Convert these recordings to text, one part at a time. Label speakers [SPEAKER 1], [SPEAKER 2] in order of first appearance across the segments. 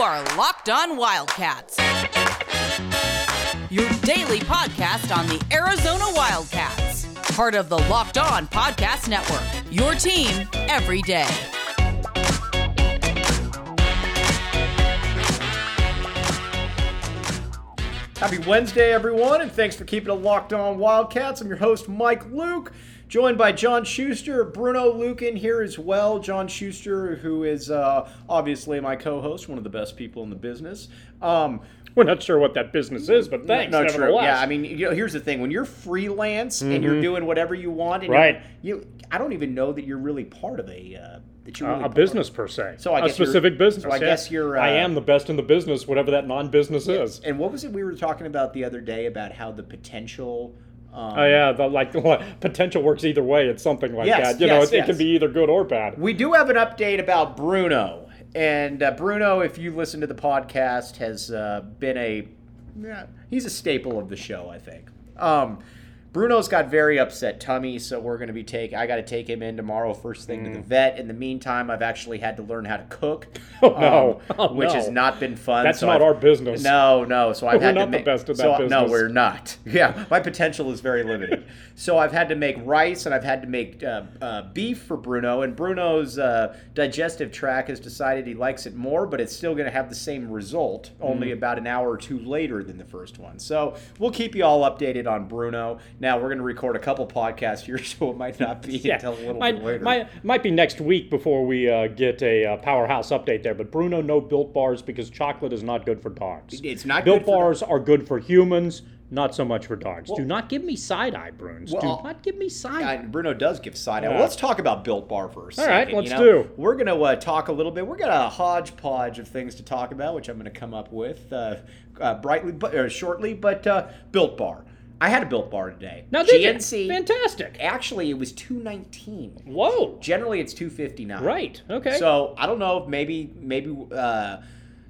[SPEAKER 1] are Locked On Wildcats. Your daily podcast on the Arizona Wildcats. Part of the Locked On Podcast Network. Your team every day.
[SPEAKER 2] Happy Wednesday, everyone, and thanks for keeping it locked on Wildcats. I'm your host, Mike Luke, joined by John Schuster, Bruno Luke in here as well. John Schuster, who is uh, obviously my co-host, one of the best people in the business. Um,
[SPEAKER 3] We're not sure what that business is, but thanks.
[SPEAKER 2] no,
[SPEAKER 3] nevertheless. Mm-hmm.
[SPEAKER 2] true. Yeah, I mean, you know, here's the thing: when you're freelance and you're doing whatever you want, and
[SPEAKER 3] Right.
[SPEAKER 2] You, I don't even know that you're really part of a uh, that you're
[SPEAKER 3] Uh,
[SPEAKER 2] really
[SPEAKER 3] a
[SPEAKER 2] part-
[SPEAKER 3] business per se.
[SPEAKER 2] So I
[SPEAKER 3] a
[SPEAKER 2] guess you're-
[SPEAKER 3] specific business.
[SPEAKER 2] so I
[SPEAKER 3] yeah.
[SPEAKER 2] guess you're, uh,
[SPEAKER 3] I am the best in the business, whatever that non-business is.
[SPEAKER 2] And what was it we were talking about the other day about how the potential? Um,
[SPEAKER 3] Oh yeah, the, like what, potential works either way. It's something like
[SPEAKER 2] Yes,
[SPEAKER 3] that. You know,
[SPEAKER 2] yes,
[SPEAKER 3] it, it
[SPEAKER 2] yes.
[SPEAKER 3] can be either good or bad.
[SPEAKER 2] We do have an update about Bruno, and uh, Bruno, if you listen to the podcast, has uh, been a yeah, he's a staple of the show. I think um, Bruno's got very upset tummy, so we're going to be take. I got to take him in tomorrow, first thing to
[SPEAKER 3] Mm.
[SPEAKER 2] the vet. In the meantime, I've actually had to learn how to cook,
[SPEAKER 3] Oh no,
[SPEAKER 2] um,
[SPEAKER 3] Oh,
[SPEAKER 2] which
[SPEAKER 3] no.
[SPEAKER 2] has not been fun.
[SPEAKER 3] That's
[SPEAKER 2] so
[SPEAKER 3] not
[SPEAKER 2] I've-
[SPEAKER 3] our business.
[SPEAKER 2] No, no. So I've
[SPEAKER 3] We're
[SPEAKER 2] had to
[SPEAKER 3] not the
[SPEAKER 2] make,
[SPEAKER 3] best at that
[SPEAKER 2] so, No,
[SPEAKER 3] business.
[SPEAKER 2] we're we're not. Yeah, my potential is very limited. so I've had to make rice and I've had to make uh, uh, beef for Bruno, and Bruno's uh, digestive tract has decided he likes it more, but it's still going to have the same result, only about an hour or two later than the first one. So we'll keep you all updated on Bruno. Now we're going to record a couple podcasts here, so it might not be
[SPEAKER 3] Yeah,
[SPEAKER 2] until a little
[SPEAKER 3] might,
[SPEAKER 2] bit later.
[SPEAKER 3] Might, might be next week before we uh, get a uh, powerhouse update there. But Bruno, no built bars because chocolate is not good for dogs.
[SPEAKER 2] It's not
[SPEAKER 3] built
[SPEAKER 2] good for
[SPEAKER 3] bars are good for humans, not so much for dogs. Do not give me side eye, Bruins.
[SPEAKER 2] Well,
[SPEAKER 3] Do not give me side
[SPEAKER 2] I-
[SPEAKER 3] eye.
[SPEAKER 2] Bruno does give side eye.
[SPEAKER 3] Yeah.
[SPEAKER 2] Well, let's talk about Built Bar for a second.
[SPEAKER 3] right,
[SPEAKER 2] you
[SPEAKER 3] let's
[SPEAKER 2] know?
[SPEAKER 3] do.
[SPEAKER 2] We're going to uh, talk a little bit. We're got a hodgepodge of things to talk about, which I'm going to come up with uh, uh, brightly, but or shortly. But uh, Built Bar. I had a Built Bar today.
[SPEAKER 3] Now did you?
[SPEAKER 2] GNC.
[SPEAKER 3] Fantastic.
[SPEAKER 2] Actually, it was 219.
[SPEAKER 3] Whoa.
[SPEAKER 2] Generally, it's 259.
[SPEAKER 3] Right. Okay.
[SPEAKER 2] So I don't know if maybe maybe uh,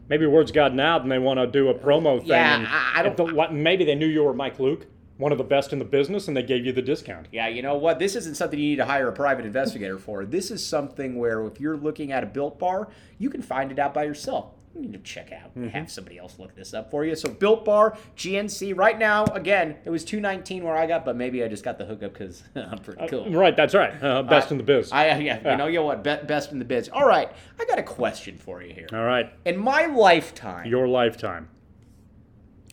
[SPEAKER 3] maybe word's gotten out and they want to do a promo thing.
[SPEAKER 2] Yeah,
[SPEAKER 3] and-
[SPEAKER 2] I- I
[SPEAKER 3] and
[SPEAKER 2] don't-
[SPEAKER 3] the- maybe they knew you were Mike Luke, one of the best in the business, and they gave you the discount.
[SPEAKER 2] Yeah, you know what? This isn't something you need to hire a private investigator for. This is something where if you're looking at a built bar, you can find it out by yourself. You need to check out
[SPEAKER 3] Mm-hmm.
[SPEAKER 2] and have somebody else look this up for you. So built bar GNC right now. Again, it was two nineteen where I got, but maybe I just got the hookup because I'm pretty cool.
[SPEAKER 3] Right. That's right. Uh, best in the biz.
[SPEAKER 2] I uh, yeah, you know you know what? Be- best in the biz. All right, I got a question for you here.
[SPEAKER 3] All right.
[SPEAKER 2] In my lifetime,
[SPEAKER 3] Your lifetime.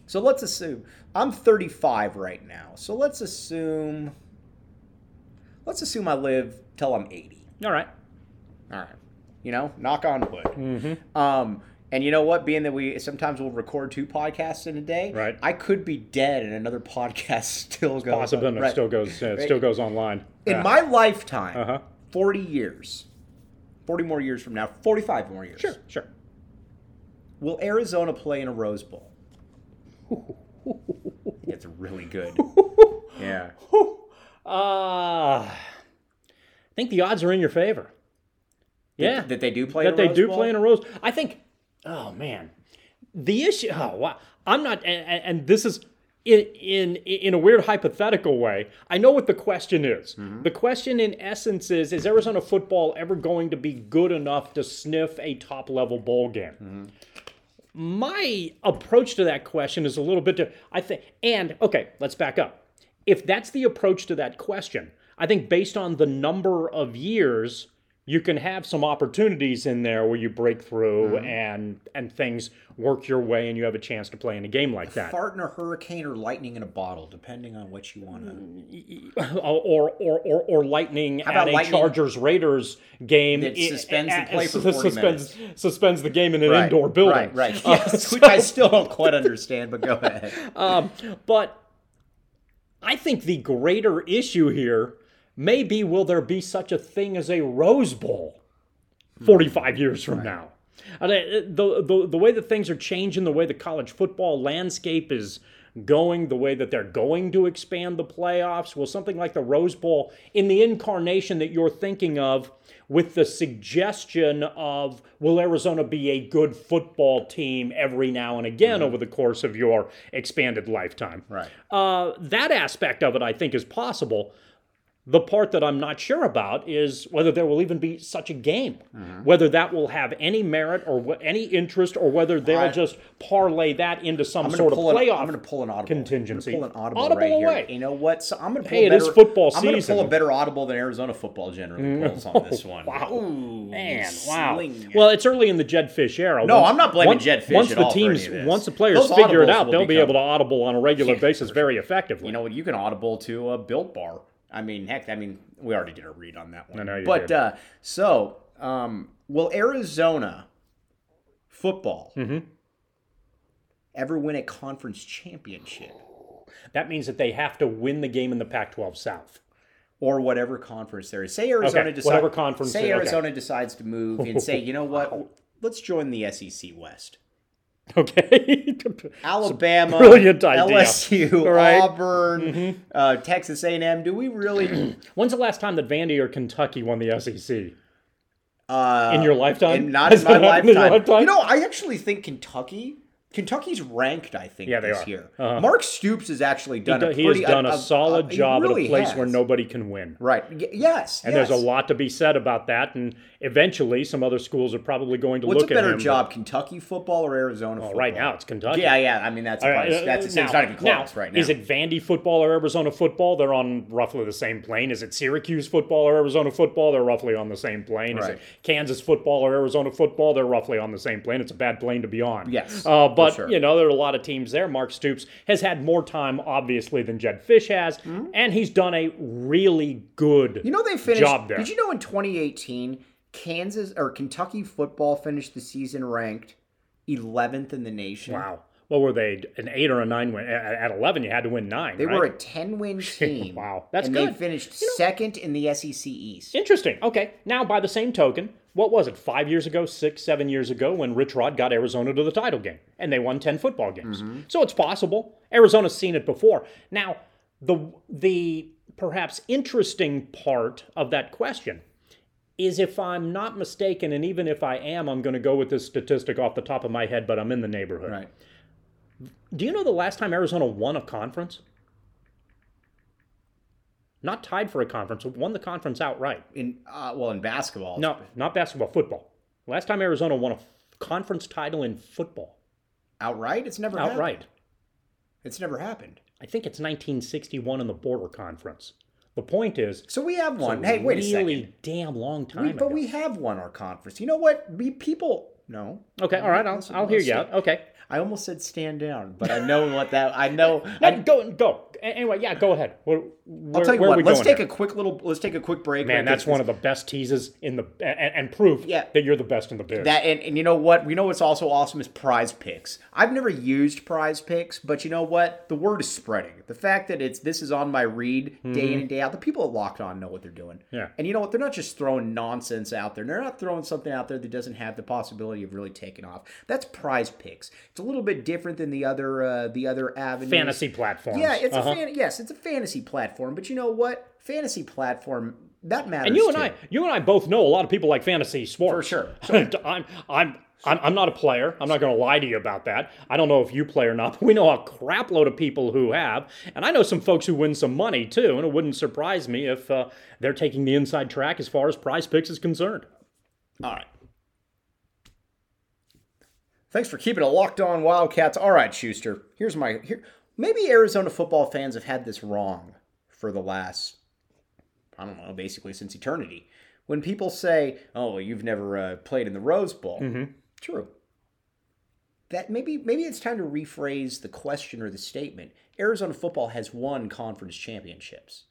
[SPEAKER 2] so let's assume I'm 35 right now. So let's assume, let's assume I live till I'm 80.
[SPEAKER 3] All right.
[SPEAKER 2] All right. You know, knock on wood.
[SPEAKER 3] Mm-hmm.
[SPEAKER 2] Um, and you know what? Being that we sometimes we'll record two podcasts in a day,
[SPEAKER 3] Right.
[SPEAKER 2] I could be dead and another podcast still goes.
[SPEAKER 3] Possibility
[SPEAKER 2] right.
[SPEAKER 3] still goes. Uh, Still goes online.
[SPEAKER 2] In
[SPEAKER 3] Yeah.
[SPEAKER 2] my lifetime,
[SPEAKER 3] Uh-huh.
[SPEAKER 2] forty years, forty more years from now, forty-five more years.
[SPEAKER 3] Sure. Sure.
[SPEAKER 2] Will Arizona play in a Rose Bowl? it's really good. yeah.
[SPEAKER 3] Uh, I think the odds are in your favor. Yeah.
[SPEAKER 2] That they do play. in a
[SPEAKER 3] that they
[SPEAKER 2] Rose
[SPEAKER 3] do
[SPEAKER 2] Bowl?
[SPEAKER 3] play in a Rose. I think. Oh man, the issue. Oh wow, I'm not. And, and- and this is in in in a weird hypothetical way. I know what the question is.
[SPEAKER 2] Mm-hmm.
[SPEAKER 3] The question, in essence, is: Is Arizona football ever going to be good enough to sniff a top level bowl game? My approach to that question is a little bit different. I think, and okay, let's back up. If that's the approach to that question, I think based on the number of years, you can have some opportunities in there where you break through
[SPEAKER 2] Mm-hmm.
[SPEAKER 3] and and things work your way, and you have a chance to play in a game like that,
[SPEAKER 2] Fart in a hurricane or lightning in a bottle, depending on what you want to.
[SPEAKER 3] or or or, or lightning
[SPEAKER 2] about
[SPEAKER 3] at a
[SPEAKER 2] lightning-
[SPEAKER 3] Chargers Raiders game
[SPEAKER 2] That
[SPEAKER 3] i-
[SPEAKER 2] suspends the
[SPEAKER 3] a-
[SPEAKER 2] play for
[SPEAKER 3] sus-
[SPEAKER 2] 40
[SPEAKER 3] suspends, Suspends the game in an indoor building,
[SPEAKER 2] Right, right.
[SPEAKER 3] Uh,
[SPEAKER 2] Yes, which I still don't quite understand, but go ahead.
[SPEAKER 3] But I think the greater issue here may be will there be such a thing as a Rose Bowl 45 years from now? And I- The, the, the way that things are changing, the way the college football landscape is going, the way that they're going to expand the playoffs, will something like the Rose Bowl, in the incarnation that you're thinking of, with the suggestion of will Arizona be a good football team every now and again over the course of your expanded lifetime?
[SPEAKER 2] Right.
[SPEAKER 3] Uh, that aspect of it, I think, is possible. The part that I'm not sure about is whether there will even be such a game,
[SPEAKER 2] Mm-hmm.
[SPEAKER 3] whether that will have any merit or wh- any interest, or whether they'll
[SPEAKER 2] I-
[SPEAKER 3] just parlay that into some
[SPEAKER 2] I'm gonna
[SPEAKER 3] sort of
[SPEAKER 2] pull an,
[SPEAKER 3] playoff.
[SPEAKER 2] I'm going to pull an audible.
[SPEAKER 3] contingency.
[SPEAKER 2] I'm gonna pull an audible,
[SPEAKER 3] Audible
[SPEAKER 2] right
[SPEAKER 3] away.
[SPEAKER 2] here. You know what? So I'm going to pull.
[SPEAKER 3] Hey,
[SPEAKER 2] a
[SPEAKER 3] it is
[SPEAKER 2] better,
[SPEAKER 3] football
[SPEAKER 2] I'm going to pull
[SPEAKER 3] season. Mm.
[SPEAKER 2] a better audible than Arizona football generally pulls on this one.
[SPEAKER 3] Wow.
[SPEAKER 2] Ooh,
[SPEAKER 3] Man, wow.
[SPEAKER 2] sling.
[SPEAKER 3] Well, it's early in the Jed Fish era.
[SPEAKER 2] No,
[SPEAKER 3] Once-
[SPEAKER 2] I'm not blaming
[SPEAKER 3] once-
[SPEAKER 2] Jed Fish
[SPEAKER 3] Once
[SPEAKER 2] at
[SPEAKER 3] the
[SPEAKER 2] all for any
[SPEAKER 3] teams,
[SPEAKER 2] of this.
[SPEAKER 3] once the players
[SPEAKER 2] Those
[SPEAKER 3] figure it
[SPEAKER 2] audibles
[SPEAKER 3] out,
[SPEAKER 2] will
[SPEAKER 3] they'll be able to
[SPEAKER 2] become-
[SPEAKER 3] audible on a regular
[SPEAKER 2] Yeah,
[SPEAKER 3] basis very effectively.
[SPEAKER 2] you know what? You can audible to a built bar. I mean, heck, I mean, we already did a read on that one.
[SPEAKER 3] know you
[SPEAKER 2] but
[SPEAKER 3] did.
[SPEAKER 2] uh, so, um, will Arizona football
[SPEAKER 3] Mm-hmm.
[SPEAKER 2] ever win a conference championship
[SPEAKER 3] that means that they have to win the game in the Pac-12 South.
[SPEAKER 2] or whatever conference there is? Say Arizona decides.
[SPEAKER 3] whatever conference
[SPEAKER 2] Say
[SPEAKER 3] it- okay.
[SPEAKER 2] Arizona decides to move and say, you know what? Let's join the SEC West.
[SPEAKER 3] Okay.
[SPEAKER 2] Alabama,
[SPEAKER 3] brilliant idea.
[SPEAKER 2] LSU,
[SPEAKER 3] All right. Mm-hmm.
[SPEAKER 2] Auburn, uh, Texas A&M. Do we really?
[SPEAKER 3] When's the last time that Vandy or Kentucky won the SEC?
[SPEAKER 2] Uh,
[SPEAKER 3] In your lifetime?
[SPEAKER 2] and not
[SPEAKER 3] Has
[SPEAKER 2] in my
[SPEAKER 3] that happened
[SPEAKER 2] lifetime.
[SPEAKER 3] in your lifetime?
[SPEAKER 2] You know, I actually think Kentucky. Kentucky's ranked, I think,
[SPEAKER 3] Yeah, they
[SPEAKER 2] this
[SPEAKER 3] are.
[SPEAKER 2] year.
[SPEAKER 3] Uh-huh.
[SPEAKER 2] Mark Stoops has actually done a
[SPEAKER 3] he
[SPEAKER 2] pretty,
[SPEAKER 3] has done a, solid
[SPEAKER 2] he
[SPEAKER 3] job
[SPEAKER 2] really
[SPEAKER 3] at a place
[SPEAKER 2] has.
[SPEAKER 3] where nobody can win.
[SPEAKER 2] Right. Y- yes.
[SPEAKER 3] And there's a lot to be said about that. And eventually, some other schools are probably going to
[SPEAKER 2] What's a
[SPEAKER 3] look at
[SPEAKER 2] better
[SPEAKER 3] him.
[SPEAKER 2] job, Kentucky football or Arizona football?
[SPEAKER 3] Right now, it's Kentucky.
[SPEAKER 2] Yeah, yeah. I mean, that's
[SPEAKER 3] All
[SPEAKER 2] probably-
[SPEAKER 3] uh,
[SPEAKER 2] that's it's
[SPEAKER 3] now-
[SPEAKER 2] not even close right now.
[SPEAKER 3] Is it Vandy football or Arizona football? They're on roughly the same plane. Is it Syracuse football or Arizona football? They're roughly on the same plane. Is
[SPEAKER 2] Right.
[SPEAKER 3] it Kansas football or Arizona football? They're roughly on the same plane. It's a bad plane to be on.
[SPEAKER 2] Yes,
[SPEAKER 3] Uh, but,
[SPEAKER 2] sure.
[SPEAKER 3] you know, there are a lot of teams there. Mark Stoops has had more time, obviously, than Jed Fish has, and he's done a really good
[SPEAKER 2] Mm-hmm. You know they finished.
[SPEAKER 3] job there.
[SPEAKER 2] Did you know in 2018, Kansas or Kentucky football finished the season ranked 11th in the nation.
[SPEAKER 3] Wow. What were they? An eight or a nine win? At, at 11, you had to win nine.
[SPEAKER 2] They
[SPEAKER 3] right?
[SPEAKER 2] were a 10 win team.
[SPEAKER 3] Wow, that's
[SPEAKER 2] and
[SPEAKER 3] good.
[SPEAKER 2] they finished second in the SEC East.
[SPEAKER 3] Interesting. Okay. Now, by the same token, what was it, five years ago, six, seven years ago, when Rich Rod got Arizona to the title game and they won 10 football games? So it's possible. Arizona's seen it before. Now, the, the perhaps interesting part of that question is if I'm not mistaken, and even if I am, I'm going to go with this statistic off the top of my head, but I'm in the neighborhood.
[SPEAKER 2] Right.
[SPEAKER 3] Do you know the last time Arizona won a conference? Not tied for a conference, but won the conference outright.
[SPEAKER 2] In uh, well, in basketball.
[SPEAKER 3] No, not basketball, football. Last time Arizona won a conference title in football,
[SPEAKER 2] Outright, it's never Happened.
[SPEAKER 3] outright.
[SPEAKER 2] It's never happened.
[SPEAKER 3] I think it's 1961 in the Border Conference. The point is,
[SPEAKER 2] So we have one.
[SPEAKER 3] it's
[SPEAKER 2] hey, wait a
[SPEAKER 3] really
[SPEAKER 2] second.
[SPEAKER 3] damn long time
[SPEAKER 2] We,
[SPEAKER 3] ago.
[SPEAKER 2] but we have won our conference. You know what? We people. No.
[SPEAKER 3] okay, all right, I'll,
[SPEAKER 2] Listen,
[SPEAKER 3] I'll hear
[SPEAKER 2] listen.
[SPEAKER 3] you out. Okay,
[SPEAKER 2] I almost said stand down, but I know what that. I know.
[SPEAKER 3] no,
[SPEAKER 2] I
[SPEAKER 3] go go. A- Anyway, yeah, go ahead. Where, where,
[SPEAKER 2] I'll tell you
[SPEAKER 3] where
[SPEAKER 2] what.
[SPEAKER 3] are we
[SPEAKER 2] Let's
[SPEAKER 3] going
[SPEAKER 2] take
[SPEAKER 3] here?
[SPEAKER 2] a quick little. Let's take a quick break.
[SPEAKER 3] man. That's one of the best teases in the and, and proof
[SPEAKER 2] Yeah.
[SPEAKER 3] that you're the best in the biz.
[SPEAKER 2] that. And, and you know what? We know what's also awesome is Prize Picks. I've never used Prize Picks, but you know what? The word is spreading. The fact that it's this is on my read day in and day out. The people at Locked On know what they're doing.
[SPEAKER 3] Mm-hmm. Yeah.
[SPEAKER 2] And you know what? They're not just throwing nonsense out there. They're not throwing something out there that doesn't have the possibility of really taking off. That's Prize Picks. It's a little bit different than the other uh, the other avenues.
[SPEAKER 3] fantasy platforms.
[SPEAKER 2] Yeah, it's
[SPEAKER 3] Uh-huh.
[SPEAKER 2] a fan- yes, it's a fantasy platform, but you know what? Fantasy platform that matters.
[SPEAKER 3] And you and
[SPEAKER 2] too.
[SPEAKER 3] I, you and I both know a lot of people like fantasy sports.
[SPEAKER 2] For sure.
[SPEAKER 3] I'm, I'm, I'm, I'm not a player. I'm not going to lie to you about that. I don't know if you play or not. But we know a crap load of people who have, and I know some folks who win some money too. And it wouldn't surprise me if uh, they're taking the inside track as far as Prize Picks is concerned.
[SPEAKER 2] All right. Thanks for keeping it locked on, Wildcats. All right, Schuster. Here's my here. Maybe Arizona football fans have had this wrong for the last, I don't know, basically since eternity. When people say, "Oh, well, you've never uh, played in the Rose Bowl," true. That maybe maybe it's time to rephrase the question or the statement. Arizona football has won conference championships.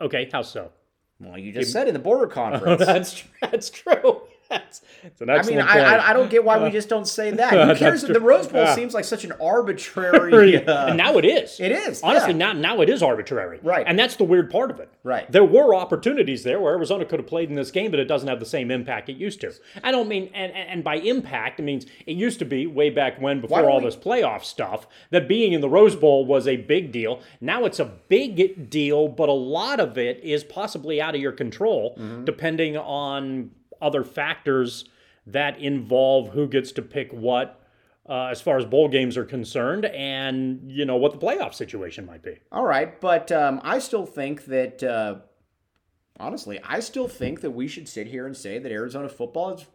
[SPEAKER 3] Okay, how so?
[SPEAKER 2] Well, you just said in the border conference.
[SPEAKER 3] That's that's true. That's, that's an
[SPEAKER 2] I mean,
[SPEAKER 3] excellent
[SPEAKER 2] I,
[SPEAKER 3] point.
[SPEAKER 2] I, I don't get why we just don't say that. Who cares? The Rose Bowl
[SPEAKER 3] yeah.
[SPEAKER 2] seems like such an arbitrary. uh,
[SPEAKER 3] and now it is.
[SPEAKER 2] It is,
[SPEAKER 3] Honestly,
[SPEAKER 2] yeah.
[SPEAKER 3] now now it is arbitrary.
[SPEAKER 2] Right.
[SPEAKER 3] And that's the weird part of it.
[SPEAKER 2] Right.
[SPEAKER 3] There were opportunities there where Arizona could have played in this game, but it doesn't have the same impact it used to. I don't mean and, and and by impact, it means it used to be way back when before
[SPEAKER 2] don't
[SPEAKER 3] all
[SPEAKER 2] we-
[SPEAKER 3] this playoff stuff, that being in the Rose Bowl was a big deal. Now it's a big deal, but a lot of it is possibly out of your control,
[SPEAKER 2] Mm-hmm.
[SPEAKER 3] depending on other factors that involve who gets to pick what uh, as far as bowl games are concerned, and you know what the playoff situation might be.
[SPEAKER 2] all right, but um, I still think that uh, honestly, I still think that we should sit here and say that Arizona football is,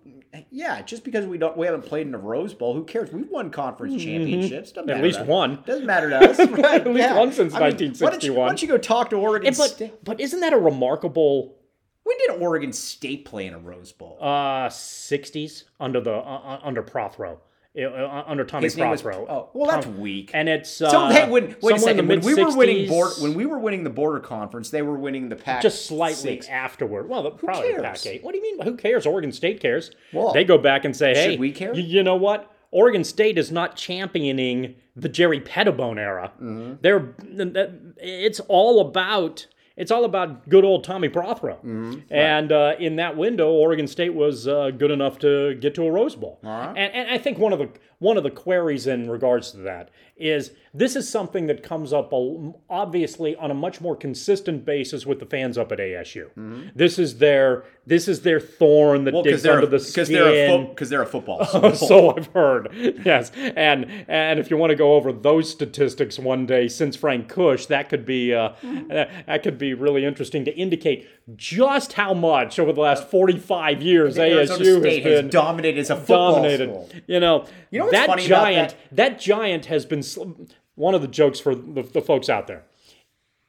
[SPEAKER 2] yeah, just because we don't we haven't played in a Rose Bowl, who cares? We've won conference championships. Doesn't
[SPEAKER 3] Mm-hmm. At
[SPEAKER 2] matter
[SPEAKER 3] least
[SPEAKER 2] to us.
[SPEAKER 3] one.
[SPEAKER 2] Doesn't matter to us. Right,
[SPEAKER 3] At least
[SPEAKER 2] yeah.
[SPEAKER 3] one since
[SPEAKER 2] I mean, Why don't, you,
[SPEAKER 3] 1961.
[SPEAKER 2] why don't you go talk to Oregon
[SPEAKER 3] And
[SPEAKER 2] State?
[SPEAKER 3] but but isn't that a remarkable
[SPEAKER 2] When did Oregon State play in a Rose Bowl?
[SPEAKER 3] uh 60s under the uh, under Prothro uh, uh, under Tommy
[SPEAKER 2] His name was-
[SPEAKER 3] Prothro.
[SPEAKER 2] oh, well, that's weak.
[SPEAKER 3] And it's uh,
[SPEAKER 2] so they when wait a
[SPEAKER 3] somewhere in the
[SPEAKER 2] second when we were winning
[SPEAKER 3] mid-60s,
[SPEAKER 2] board when we were winning the border conference, they were winning the pack
[SPEAKER 3] just slightly
[SPEAKER 2] Six.
[SPEAKER 3] afterward. Well, the, probably
[SPEAKER 2] cares?
[SPEAKER 3] Pac eight. What do you mean? Who cares? Oregon State cares.
[SPEAKER 2] Well,
[SPEAKER 3] they go back and say, "Hey,
[SPEAKER 2] we care?"
[SPEAKER 3] y- You know what? Oregon State is not championing the Jerry Pettibone era.
[SPEAKER 2] Mm-hmm.
[SPEAKER 3] They're th- th- it's all about it's all about good old Tommy Prothero.
[SPEAKER 2] Mm-hmm.
[SPEAKER 3] And uh, in that window, Oregon State was uh, good enough to get to a Rose Bowl. And, and I think one of the one of the queries in regards to that is this is something that comes up a, obviously on a much more consistent basis with the fans up at ASU. This is their this is their thorn that
[SPEAKER 2] Mm-hmm. well because
[SPEAKER 3] digs
[SPEAKER 2] they're
[SPEAKER 3] under the
[SPEAKER 2] because
[SPEAKER 3] skin.
[SPEAKER 2] they're because they're a football. school.
[SPEAKER 3] so I've heard. Yes, and and if you want to go over those statistics one day, since Frank Kush, that could be uh,
[SPEAKER 2] Mm-hmm.
[SPEAKER 3] that that could be really interesting to indicate just how much over the last forty five years
[SPEAKER 2] Arizona
[SPEAKER 3] ASU
[SPEAKER 2] State
[SPEAKER 3] has
[SPEAKER 2] has
[SPEAKER 3] been
[SPEAKER 2] dominated as a football
[SPEAKER 3] dominated.
[SPEAKER 2] school.
[SPEAKER 3] You know,
[SPEAKER 2] know what's
[SPEAKER 3] that
[SPEAKER 2] funny about
[SPEAKER 3] giant. That? giant has been sl- one of the jokes for the, the folks out there.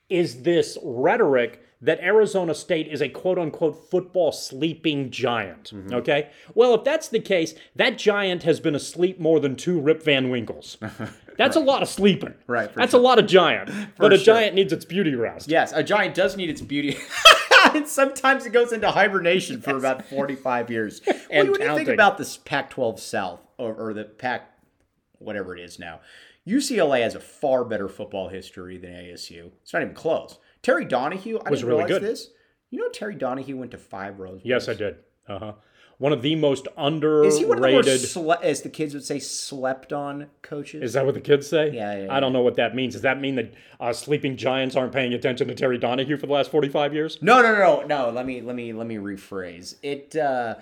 [SPEAKER 3] Is this rhetoric that Arizona State is a quote unquote football sleeping giant?
[SPEAKER 2] Mm-hmm.
[SPEAKER 3] Okay. Well, if that's the case, that giant has been asleep more than two Rip Van Winkles. That's a lot of sleeping.
[SPEAKER 2] Right, for
[SPEAKER 3] That's
[SPEAKER 2] sure.
[SPEAKER 3] a lot of giant. but a
[SPEAKER 2] sure.
[SPEAKER 3] giant needs its beauty rest.
[SPEAKER 2] Yes, a giant does need its beauty. and sometimes it goes into hibernation for about 45 years. well,
[SPEAKER 3] And
[SPEAKER 2] when you think
[SPEAKER 3] counting.
[SPEAKER 2] about this Pac 12 South or, or the Pac, whatever it is now, UCLA has a far better football history than ASU. It's not even close. Terry Donahue, I didn't
[SPEAKER 3] really
[SPEAKER 2] realize
[SPEAKER 3] good.
[SPEAKER 2] this. You know, Terry Donahue went to five Rose Bowls.
[SPEAKER 3] Yes, I did. Uh huh. One of the most underrated.
[SPEAKER 2] Is he one of the more, sle- as the kids would say, slept on coaches?
[SPEAKER 3] Is that what the kids say?
[SPEAKER 2] Yeah, yeah,
[SPEAKER 3] I don't know what that means. Does that mean that uh, sleeping giants aren't paying attention to Terry Donahue for the last 45 years?
[SPEAKER 2] No, no, no, no, no. Let me let me let me rephrase. It uh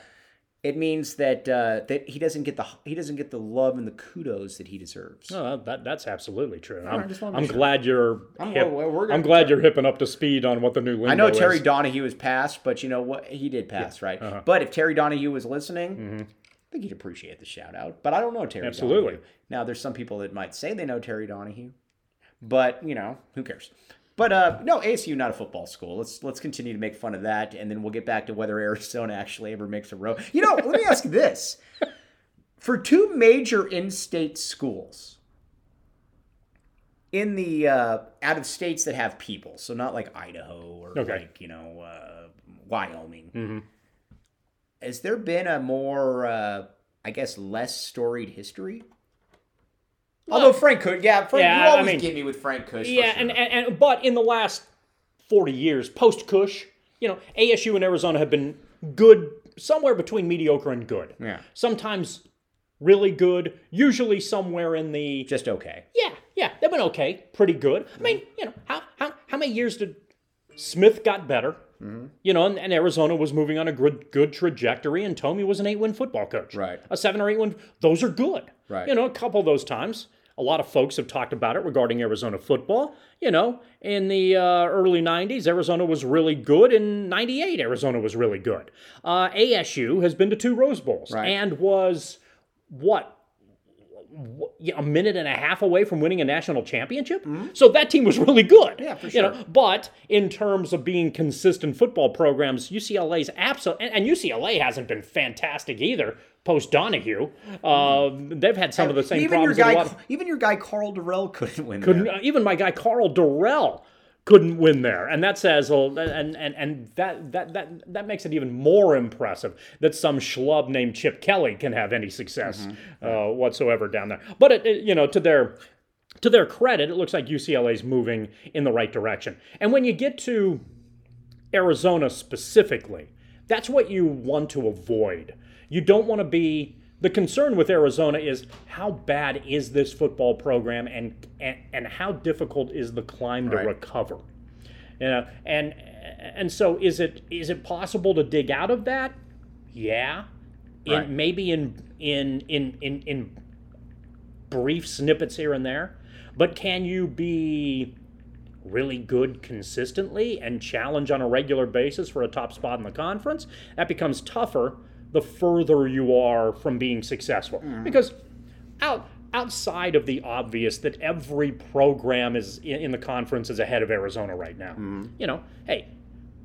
[SPEAKER 2] it means that uh that he doesn't get the he doesn't get the love and the kudos that he deserves.
[SPEAKER 3] No, that, that- that's absolutely true.
[SPEAKER 2] I
[SPEAKER 3] I'm,
[SPEAKER 2] just wanna
[SPEAKER 3] I'm
[SPEAKER 2] make sure.
[SPEAKER 3] glad you're.
[SPEAKER 2] I'm-
[SPEAKER 3] hip.
[SPEAKER 2] we're- we're gonna-
[SPEAKER 3] I'm glad you're hipping up to speed on what the new lingo
[SPEAKER 2] I know Terry
[SPEAKER 3] is. uh-huh.
[SPEAKER 2] Donahue has passed, but you know what? He did pass, right? But if Terry Donahue was listening, I think he'd appreciate the shout out. But I don't know Terry.
[SPEAKER 3] Mm-hmm. Absolutely.
[SPEAKER 2] Donahue. Now there's some people that might say they know Terry Donahue, but you know who cares? But uh, no, ASU not a football school. Let's let's continue to make fun of that, and then we'll get back to whether Arizona actually ever makes a row. You know, let me ask you this: for two major in-state schools in the uh, out of states that have people, so not like Idaho or
[SPEAKER 3] Okay. Mm-hmm.
[SPEAKER 2] like you know uh, Wyoming, has there been a more, uh, I guess, less storied history? Although Frank Kush, yeah, Frank,
[SPEAKER 3] Yeah,
[SPEAKER 2] you
[SPEAKER 3] I
[SPEAKER 2] always
[SPEAKER 3] mean-
[SPEAKER 2] get me with Frank Kush. for
[SPEAKER 3] Yeah,
[SPEAKER 2] sure.
[SPEAKER 3] and, and, and but in the last 40 years, post Cush, you know, ASU and Arizona have been good, somewhere between mediocre and good.
[SPEAKER 2] Yeah.
[SPEAKER 3] Sometimes really good, usually somewhere in the
[SPEAKER 2] just okay.
[SPEAKER 3] Yeah, yeah, they've been okay, pretty good. I mean, you know, how how, how many years did Smith got better?
[SPEAKER 2] Mm-hmm.
[SPEAKER 3] You know, and, and Arizona was moving on a good good trajectory, and Tomey was an eight win football coach,
[SPEAKER 2] Right.
[SPEAKER 3] A seven or eight win, those are good,
[SPEAKER 2] Right.
[SPEAKER 3] You know, a couple of those times. A lot of folks have talked about it regarding Arizona football. You know, in the uh, early '90s, Arizona was really good. In '98, Arizona was really good. Uh, ASU has been to two Rose Bowls
[SPEAKER 2] Right.
[SPEAKER 3] and was what yeah, a minute and a half away from winning a national championship. So that team was really good. Yeah,
[SPEAKER 2] Mm-hmm. for
[SPEAKER 3] You know, but in terms of being consistent football programs, UCLA's absolute and, and UCLA hasn't been fantastic either. Post Donahue, uh, they've had some of the same
[SPEAKER 2] Even your
[SPEAKER 3] problems. that a lot
[SPEAKER 2] guy,
[SPEAKER 3] of-
[SPEAKER 2] even your guy Carl Durrell couldn't win.
[SPEAKER 3] couldn't
[SPEAKER 2] there.
[SPEAKER 3] uh, even my guy Carl Durrell couldn't win there, and that says oh, and and and that that that that makes it even more impressive that some schlub named Chip Kelly can have any success uh, whatsoever down there. But it, it, you know, to their to their credit, it looks like UCLA's moving in the right direction. And when you get to Arizona specifically, that's what you want to avoid. You don't want to be the concern with Arizona is how bad is this football program and and, and how difficult is the climb to
[SPEAKER 2] Right.
[SPEAKER 3] recover. You know, and and so is it is it possible to dig out of that? Yeah. In,
[SPEAKER 2] Right.
[SPEAKER 3] maybe in in in in in brief snippets here and there, but can you be really good consistently and challenge on a regular basis for a top spot in the conference, that becomes tougher the further you are from being successful. Because out outside of the obvious that every program is in, in the conference is ahead of Arizona right now.
[SPEAKER 2] Mm-hmm.
[SPEAKER 3] You know, hey,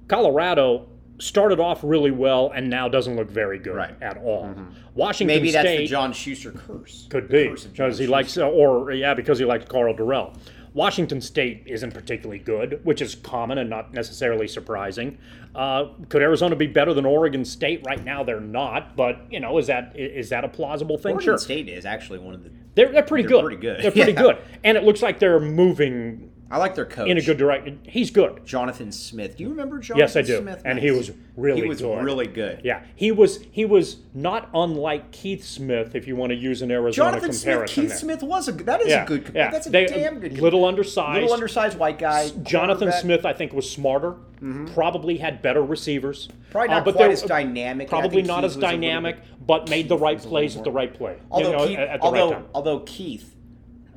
[SPEAKER 3] Colorado started off really well and now doesn't look very good
[SPEAKER 2] Right. Mm-hmm.
[SPEAKER 3] at all. Washington
[SPEAKER 2] Maybe that's
[SPEAKER 3] State
[SPEAKER 2] the John Schuster curse.
[SPEAKER 3] could
[SPEAKER 2] The
[SPEAKER 3] be
[SPEAKER 2] curse of John
[SPEAKER 3] because he
[SPEAKER 2] Schuster.
[SPEAKER 3] likes uh, or yeah because he likes Carl Durrell. Washington State isn't particularly good, which is common and not necessarily surprising. Uh, could Arizona be better than Oregon State right now? They're not, but you know, is that is that a plausible thing?
[SPEAKER 2] Oregon
[SPEAKER 3] sure,
[SPEAKER 2] State is actually one of the.
[SPEAKER 3] they're they're pretty
[SPEAKER 2] they're
[SPEAKER 3] good.
[SPEAKER 2] pretty good.
[SPEAKER 3] They're pretty
[SPEAKER 2] Yeah.
[SPEAKER 3] good, and it looks like they're moving
[SPEAKER 2] I like their coach
[SPEAKER 3] in a good direction. He's good.
[SPEAKER 2] Jonathan Smith. Do you remember Jonathan
[SPEAKER 3] Yes, I do.
[SPEAKER 2] Smith?
[SPEAKER 3] And he was really
[SPEAKER 2] he was
[SPEAKER 3] good.
[SPEAKER 2] really good.
[SPEAKER 3] Yeah, he was he was not unlike Keith Smith, if you want to use an Arizona
[SPEAKER 2] Jonathan Smith,
[SPEAKER 3] comparison.
[SPEAKER 2] Keith
[SPEAKER 3] there.
[SPEAKER 2] Smith was a that is
[SPEAKER 3] yeah,
[SPEAKER 2] a good.
[SPEAKER 3] yeah.
[SPEAKER 2] That's a
[SPEAKER 3] They-
[SPEAKER 2] damn good.
[SPEAKER 3] Little undersized,
[SPEAKER 2] little undersized white guy.
[SPEAKER 3] Jonathan
[SPEAKER 2] quarterback.
[SPEAKER 3] Smith, I think, was smarter.
[SPEAKER 2] Mm-hmm.
[SPEAKER 3] Probably had better receivers.
[SPEAKER 2] Probably
[SPEAKER 3] Uh,
[SPEAKER 2] not
[SPEAKER 3] but
[SPEAKER 2] quite
[SPEAKER 3] they're-
[SPEAKER 2] as dynamic, and I
[SPEAKER 3] Probably
[SPEAKER 2] think
[SPEAKER 3] not
[SPEAKER 2] Keith
[SPEAKER 3] as
[SPEAKER 2] was a little
[SPEAKER 3] dynamic,
[SPEAKER 2] bit-
[SPEAKER 3] but made the right
[SPEAKER 2] was a
[SPEAKER 3] plays at
[SPEAKER 2] little
[SPEAKER 3] the
[SPEAKER 2] more-
[SPEAKER 3] right play.
[SPEAKER 2] Although
[SPEAKER 3] you know,
[SPEAKER 2] Keith,
[SPEAKER 3] at, at the
[SPEAKER 2] although,
[SPEAKER 3] right time.
[SPEAKER 2] although Keith,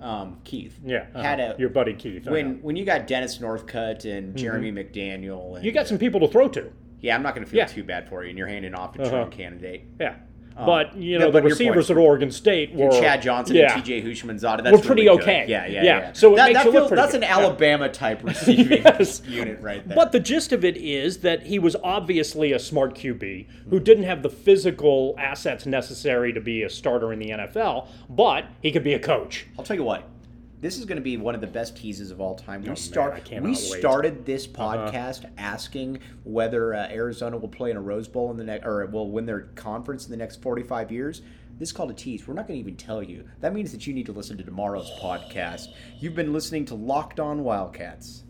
[SPEAKER 2] um, Keith,
[SPEAKER 3] yeah, uh-huh.
[SPEAKER 2] had a
[SPEAKER 3] your buddy Keith. I know.
[SPEAKER 2] when when you got Dennis Northcutt and Jeremy McDaniel, and,
[SPEAKER 3] Mm-hmm. you got some people to throw to.
[SPEAKER 2] yeah, I'm not going to feel
[SPEAKER 3] Yeah. Uh-huh.
[SPEAKER 2] too bad for you, and you're handing off to a Trump candidate.
[SPEAKER 3] Yeah, but you know
[SPEAKER 2] yeah, but
[SPEAKER 3] the
[SPEAKER 2] Uh, your
[SPEAKER 3] receivers
[SPEAKER 2] points
[SPEAKER 3] at Oregon State were
[SPEAKER 2] Chad Johnson
[SPEAKER 3] yeah.
[SPEAKER 2] and T.J. Hushmanzada. That's
[SPEAKER 3] We're pretty
[SPEAKER 2] really good.
[SPEAKER 3] okay.
[SPEAKER 2] Yeah, yeah, yeah.
[SPEAKER 3] Yeah. So it
[SPEAKER 2] that,
[SPEAKER 3] makes
[SPEAKER 2] that
[SPEAKER 3] you look
[SPEAKER 2] feels-
[SPEAKER 3] pretty
[SPEAKER 2] That's
[SPEAKER 3] good.
[SPEAKER 2] an
[SPEAKER 3] Yeah.
[SPEAKER 2] Alabama type receiving
[SPEAKER 3] Yes.
[SPEAKER 2] unit right there.
[SPEAKER 3] But the gist of it is that he was obviously a smart QB
[SPEAKER 2] Hmm.
[SPEAKER 3] who didn't have the physical assets necessary to be a starter in the NFL, but he could be a coach.
[SPEAKER 2] I'll tell you what. This is going to be one of the best teases of all time. We
[SPEAKER 3] Oh, I
[SPEAKER 2] start.
[SPEAKER 3] cannot
[SPEAKER 2] We
[SPEAKER 3] wait. Uh-huh.
[SPEAKER 2] started this podcast asking whether uh, Arizona will play in a Rose Bowl in the next, or will win their conference in the next forty-five years. This is called a tease. We're not going to even tell you. That means that you need to listen to tomorrow's podcast. You've been listening to Locked On Wildcats.